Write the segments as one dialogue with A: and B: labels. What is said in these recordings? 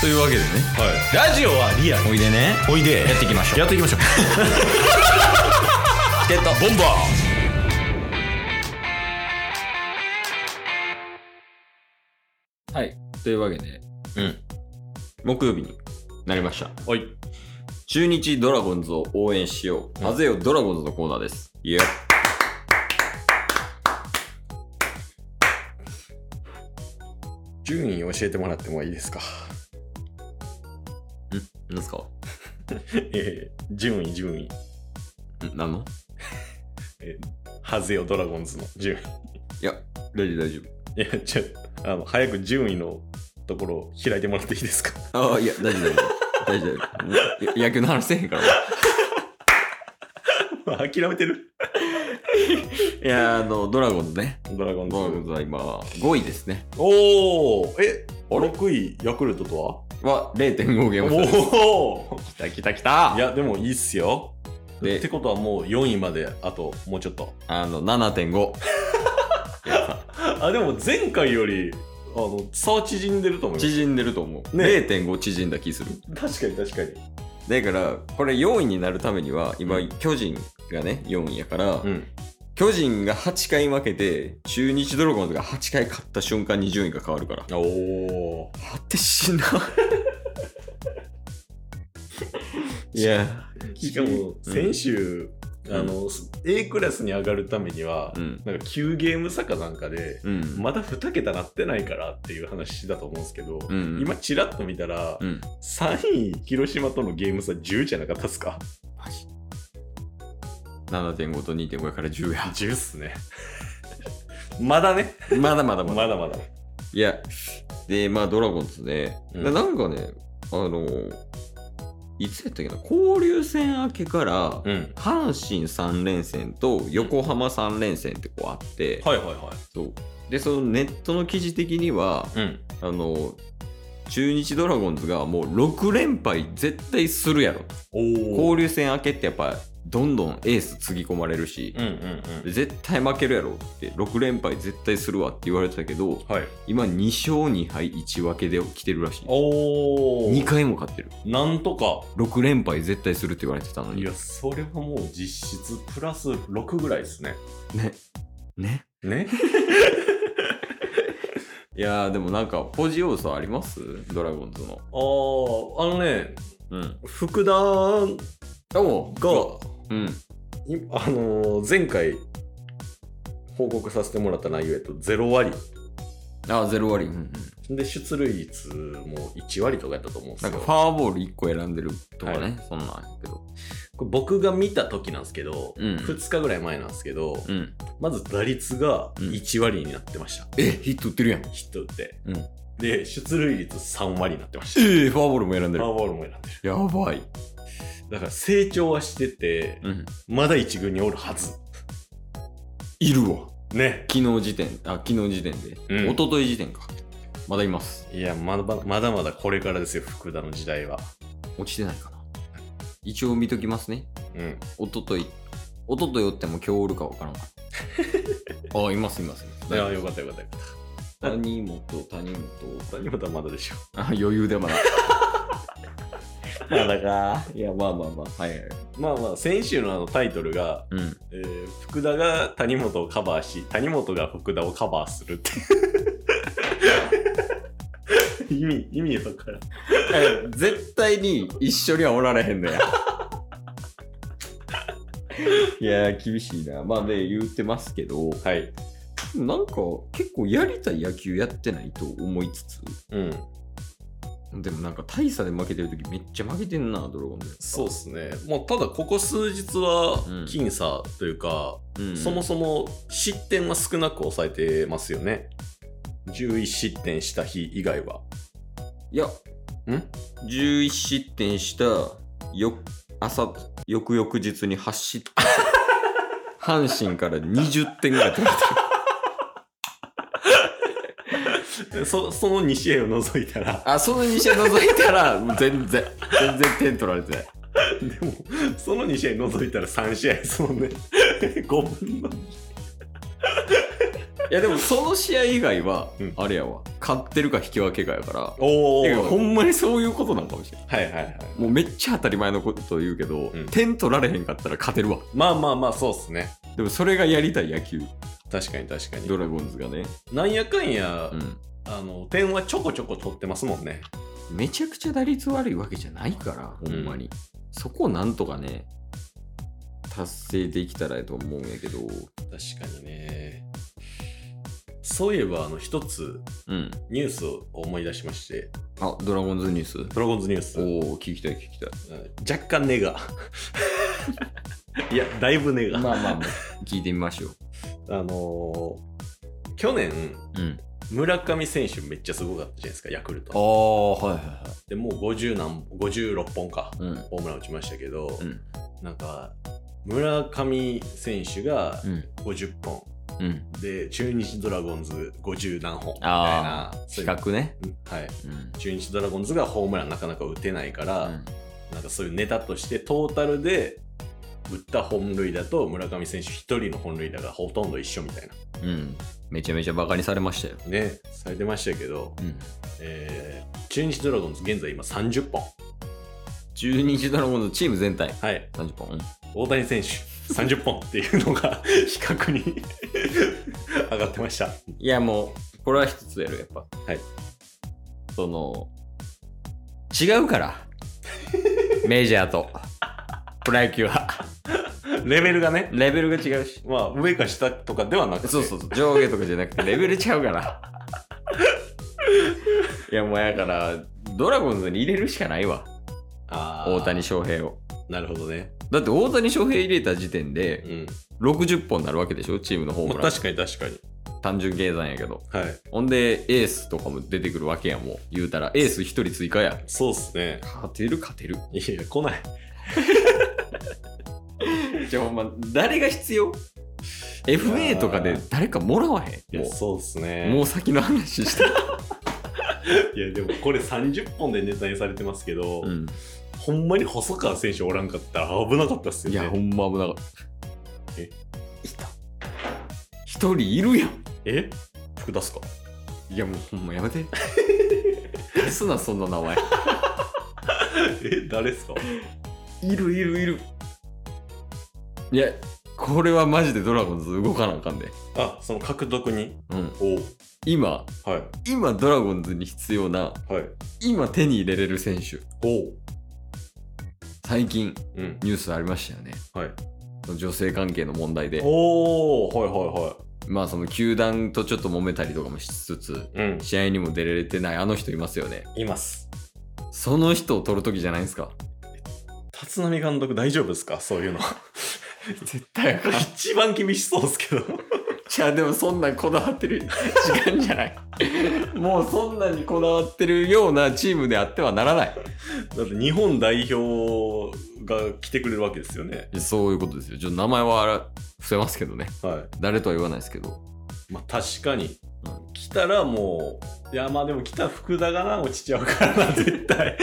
A: というわけでね
B: ラジオはリアル
A: おいでね
B: おいで
A: やっていきましょう
B: やっていきましょう
A: チケットボンバーはいというわけで
B: うん
A: 木曜日になりました
B: はい
A: 中日ドラゴンズを応援しよう。
B: ん
A: なぜよドラゴンズのコーナーです。いや。
B: 順位教えてもらってもいいですか
A: なんすか
B: えー、順位順位
A: ん何の
B: ハゼよドラゴンズの順
A: いや、大丈夫大丈
B: 位いやちょあの早く順位のところを開いてもらっていいですか
A: 夫。ああ、いや、大丈夫 大丈夫。大丈夫。いや野球の話せえへんから。い
B: 諦めてる
A: や、あの、ドラゴンズね。
B: ドラゴンズ
A: ドラゴンズは今、5位ですね。
B: おおえ6位ヤクルトとは
A: は、0.5ゲーム差です。
B: おお
A: 来た来た来た
B: いやでもいいっすよ
A: で
B: ってことはもう4位まであともうちょっと
A: あの、7.5。いや
B: あでも前回よりあの差は縮んでると思います
A: 縮んでると思う。
B: ね
A: 0.5縮んだ気する。
B: 確かに確かに
A: だから、これ4位になるためには、今、
B: うん
A: 巨人がね、4位やから、
B: うん
A: 巨人が8回負けて、中日ドラゴンズが8回勝った瞬間に順位が変わるから。
B: おお
A: 果てしな。い や、
B: しかも先週、あの A クラスに上がるためには、
A: うん。
B: なんか9ゲーム差かなんかで
A: うん。
B: まだ2桁なってないからっていう話だと思うんですけど、
A: うん、
B: 今ちらっと見たら、
A: うん。
B: 3位広島とのゲーム差10じゃなかったですか
A: マジ。7.5と2.5やから10や。
B: 10っすね まだね
A: まだまだまだ。
B: まだまだ
A: いや、で、まあ、ドラゴンズね。
B: うん
A: ななんかね、あの、いつやったっけな、交流戦明けから、
B: うん
A: 阪神3連戦と横浜3連戦ってこうあって、
B: はいはいはい
A: そうでそのネットの記事的には
B: うん
A: あの中日ドラゴンズがもう6連敗絶対するやろ
B: おお
A: 交流戦明けってやっぱどんどんエースつぎ込まれるし
B: うん、うんうん
A: で絶対負けるやろって6連敗絶対するわって言われてたけど
B: はい
A: 今2勝2敗1分けで来てるらしい
B: おお
A: 2回も勝ってる
B: なんとか
A: 6連敗絶対するって言われてたの
B: い
A: に
B: やそれはもう実質プラス6ぐらいですね
A: ねね
B: ね
A: いやーでもなんかポジ要素ありますドラゴンズの
B: あーあのね
A: うん
B: 福田が
A: おうん
B: いあのー前回報告させてもらった内容やと0割
A: ああ、ゼロ割。うんうん、
B: で出塁率も1割とかやったと思うんです
A: な
B: よ
A: んか、ファーボール1個選んでるとかね、
B: は
A: そんなんやけど。
B: これ僕が見た時なんですけど、
A: うん
B: 2日ぐらい前なんですけど、
A: うん。
B: まず打率が
A: うん
B: 1割になってました、
A: え、ヒット打ってるやん。え
B: ヒット打って、
A: うん
B: で出塁率3割になってました
A: えファーボールも選んで
B: フ
A: る
B: ァ。ーボールも選んでる
A: やばい。
B: だから成長はしてて、
A: うん。
B: まだ1軍におるはず
A: いるわ。
B: ね
A: 昨日時点、あ、昨日時点で。
B: うん
A: 一昨日時点か。まだいます。
B: いやまだまだまだこれからですよ福田の時代は
A: 落ちてないかな。一応見ときますね。
B: うん
A: 一昨日一昨日おっても今日おるかわ からんからあ、いますいます。
B: いやよかったよかったよかっ
A: 谷本、谷本。
B: た谷本はまだでしょ
A: あ、余裕でまだ。
B: まだか
A: いや、まあまあまあ。はいはい。
B: まあまあ先週のあのタイトルが、
A: うん。
B: えー福田が谷本をカバーし谷本が福田をカバーするって 意味意味わからん
A: え絶対に一緒にはおられへん のや。いやー、厳しいな。まあね、言うてますけど、
B: はい
A: なんか結構やりたい野球やってないと思いつつ、
B: うん
A: でもなんか大差で負けてるときめっちゃ負けてんな、ドラゴンズ。
B: そうですねもうただここ数日は
A: うん
B: 僅差というか、
A: うん
B: そもそも失点は少なく抑えてますよね11失点した日以外はい
A: や、
B: ん
A: 11失点したよ朝、翌々日に8失 点。阪神から20点ぐらい取られてる。
B: そその2試合を除いたら
A: あ、その2試合除いたら、もう全然、全然点取られてない。
B: でもその2試合除いたら3試合そのね5分の
A: いやでもその試合以外は
B: うん、
A: あれやわ、勝ってるか引き分けかやから、
B: お
A: てか
B: ー
A: ほんまにそういうことなのかもしれない。
B: はいはいはい。
A: もうめっちゃ当たり前のこと言うけど、
B: うん
A: 点取られへんかったら勝てるわ。
B: まあまあまあ、そうっすね。
A: でもそれがやりたい野球、
B: 確かに確かに
A: ド。ラゴンズがね。
B: なんやかんや、
A: うん。
B: あの、点はちょこちょこ取ってますもんね。
A: めちゃくちゃ打率悪いわけじゃないから、ほんまに。そこをなんとかね、達成できたらやと思うんやけど、
B: 確かにね。そういえば、あの、一つ
A: うん。
B: ニュースを思い出しまして、
A: あ、ドラゴンズニュース。
B: ドラゴンズニュース、うん
A: おお、聞きたい聞きたい。
B: 若干ネ ガ。いや、だいぶネガ。
A: まあまあまあ、聞いてみましょう。
B: あのー去年、
A: うん。
B: 村上選手めっちゃすごかったじゃないですか、ヤクル
A: あ
B: ト。
A: あ、はいはいはい。
B: でもう50何、56本か、
A: うん。
B: ホームラン打ちましたけど、
A: うん。
B: なんか、村上選手が
A: うん。
B: 50本、
A: うん。
B: で、中日ドラゴンズ50何本みたい
A: あ
B: な
A: あ、、
B: そう
A: 比
B: いう
A: 較ね。
B: はい。
A: うん。
B: 中日ドラゴンズがホームランなかなか打てないから、なんかそういうネタとしてトータルで打った本塁打と村上選手1人の本塁打がほとんど一緒みたいな
A: うん。うん。めちゃめちゃバカにされましたよ。
B: ねされてましたけど、
A: うん。
B: えー中日ドラゴンズ現在今30本
A: 中日ドラゴンズチーム全体。
B: はい
A: 30本。うん
B: 大谷選手30本 っていうのが 比較に上がってました
A: いや、もう、これは一つやる、やっぱ。
B: はい。
A: その、違う から。メジャーと、プロ野球は。
B: レベルがね
A: レベルが違うし。
B: まあ上か下とかではなくて
A: そうそうそう、上下とかじゃなくて、レベルちゃうから。いや、もうやから、ドラゴンズに入れるしかないわ、
B: あー
A: 大谷翔平を。
B: なるほどね
A: だって大谷翔平入れた時点
B: う
A: で、
B: ん、
A: 60本になるわけでしょ、チームのホーム
B: ま
A: ラ
B: あ
A: ン。
B: 確かに確かに
A: 単純計算やけど。
B: はい
A: ほんで、エースとかも出てくるわけやもう。言うたら、エース1人追加や。
B: そうっすね
A: 勝てる、勝てる。
B: いや来ない
A: じゃあほんま、誰が必要 ?FA とかで誰かもらわへ
B: い
A: ん。
B: や
A: も
B: そうっすね
A: う、もう先の話した。
B: いやでもこれ30本でネタにされてますけ ど、
A: うん。
B: ほんまに細川選手おらんかったら危なかったっす
A: い
B: よ
A: や、
B: ね。
A: ほんま危なかった。
B: え
A: いた一人いるやん。
B: え福田っすか
A: いや、もうほんまや めて。出すな、そんな名前。
B: え誰っすか
A: いるいるいる。いや、これはマジでドラゴンズ動かなあかんで。
B: あその獲得に
A: うん。
B: お
A: 今、
B: はい
A: 今ドラゴンズに必要な、
B: はい
A: 今手に入れれる選手。
B: お
A: 最近
B: うん
A: ニュースありましたよね。
B: はい
A: 女性関係の問題で。
B: おーはいは
A: まあその球団とちょっと揉めたりとかもしつつ、
B: いはいうん
A: 試合にも出れてないあの人いますよね。
B: います
A: その人を取るときじゃないですか。
B: 立浪監督大丈夫ですかそう いうの
A: 絶対か
B: 一番厳しそうです けど
A: じゃあでもそんなんこだわってる時間じゃ ない。もうそんなにこだわってるようなチームであってはならない。
B: だって日本代表が来てくれるわけですよね
A: そういうことですよ。ちょっと名前はあら伏せますけどね。
B: は
A: 誰とは言わないですけど。
B: いまあ確かに
A: うん
B: 来たらもういやまあでも来た福田がな落ちちゃうからな絶対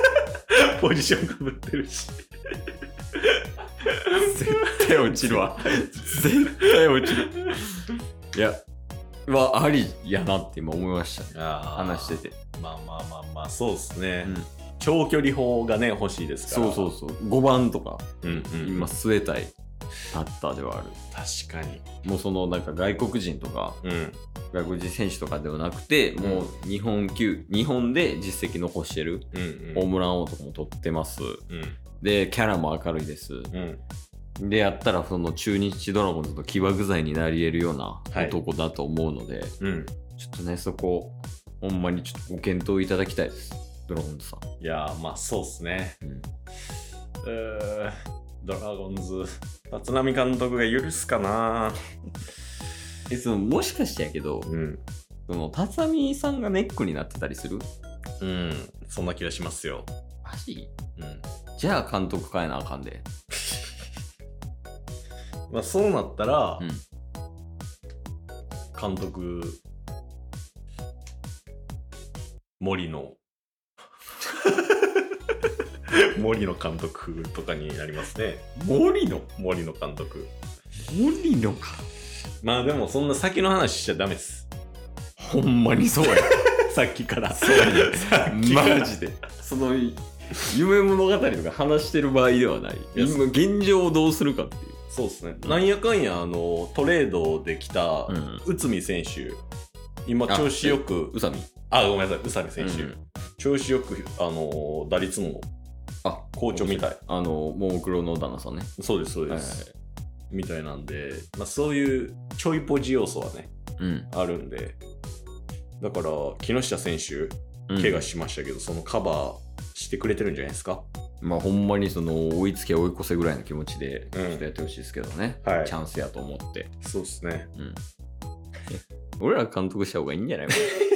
B: ポジションかぶってるし
A: 絶対落ちるわ。絶対落ちる。いや、はありやなって今思いましたね。話してて。
B: まあまあまあまあそうですね、
A: うん
B: 長距離砲がね欲しいですか
A: そ
B: ら
A: うそうそう。5番とか、
B: うんうん
A: 今据えたいバッターではある。
B: 確かに
A: もうそのなんか外国人とか、
B: うん
A: 外国人選手とかではなくて、もう日本球、日本で実績残してる、
B: うん
A: ホームラン王とかも取ってます。
B: うん
A: で、キャラも明るいです。
B: うん
A: で、やったら、その中日ドラゴンズと起爆剤になり得るような
B: はい
A: 男だと思うので、
B: うん
A: ちょっとね、そこ、ほんまにちょっとご検討いただきたいです。ドラゴンズさん。
B: いやーまあそうですね
A: うん
B: うードラゴンズ立浪監督が許すかな
A: え、その、もしかしてやけど、
B: うん
A: その、辰巳さんがネックになってたりする
B: うんそんな気がしますよ
A: マジ
B: うん
A: じゃあ監督変えなあかんで。
B: まあ、そうなったら、
A: うん
B: 監督森の 森の監督とかになりますね
A: 森野
B: 森の監督
A: 森野か。
B: まあでもそんな先の話しちゃダ メです。
A: ほんまにそうや。
B: さっきから。
A: そうやね
B: さっきか ら
A: マジで。その夢物語とか話してる場合ではない。
B: いや
A: 今現状をどうするかっていう。
B: そうですね。なんやかんや、あの、トレードできた
A: ん。
B: 内海選手、今調子よく
A: 宇、佐美
B: あごめんなさい、宇佐美選手、
A: うん
B: 調子よく、あの、打率も
A: あ、
B: 好調みたい。
A: あの、ももクロの旦那さんね。
B: そうです、そうです。みたいなんで、まあ、そういうちょいポジ要素はね、
A: うん。
B: あるんで、だから、木下選手、
A: うん
B: 怪我しましたけど、そのカバーしてくれてるんじゃないですか。
A: まあ、ほんまにその追いつけ追い越せぐらいの気持ちで、ち
B: うん
A: ょっとやってほしいですけどね、
B: はい
A: チャンスやと思って。
B: そうですね。
A: うん。俺ら監督した方がいいんじゃない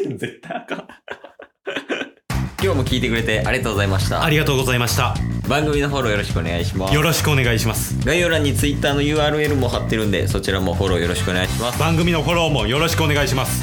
B: 絶対あかん。
A: 今日も聞いてくれてありがとうございました。
C: ありがとうございました。
A: 番組のフォローよろしくお願いします
C: よ。ろしくお願いします。
A: 概要欄に Twitter の URL も貼ってるんで、そちらもフォローよろしくお願いします。
C: 番組のフォローもよろしくお願いします。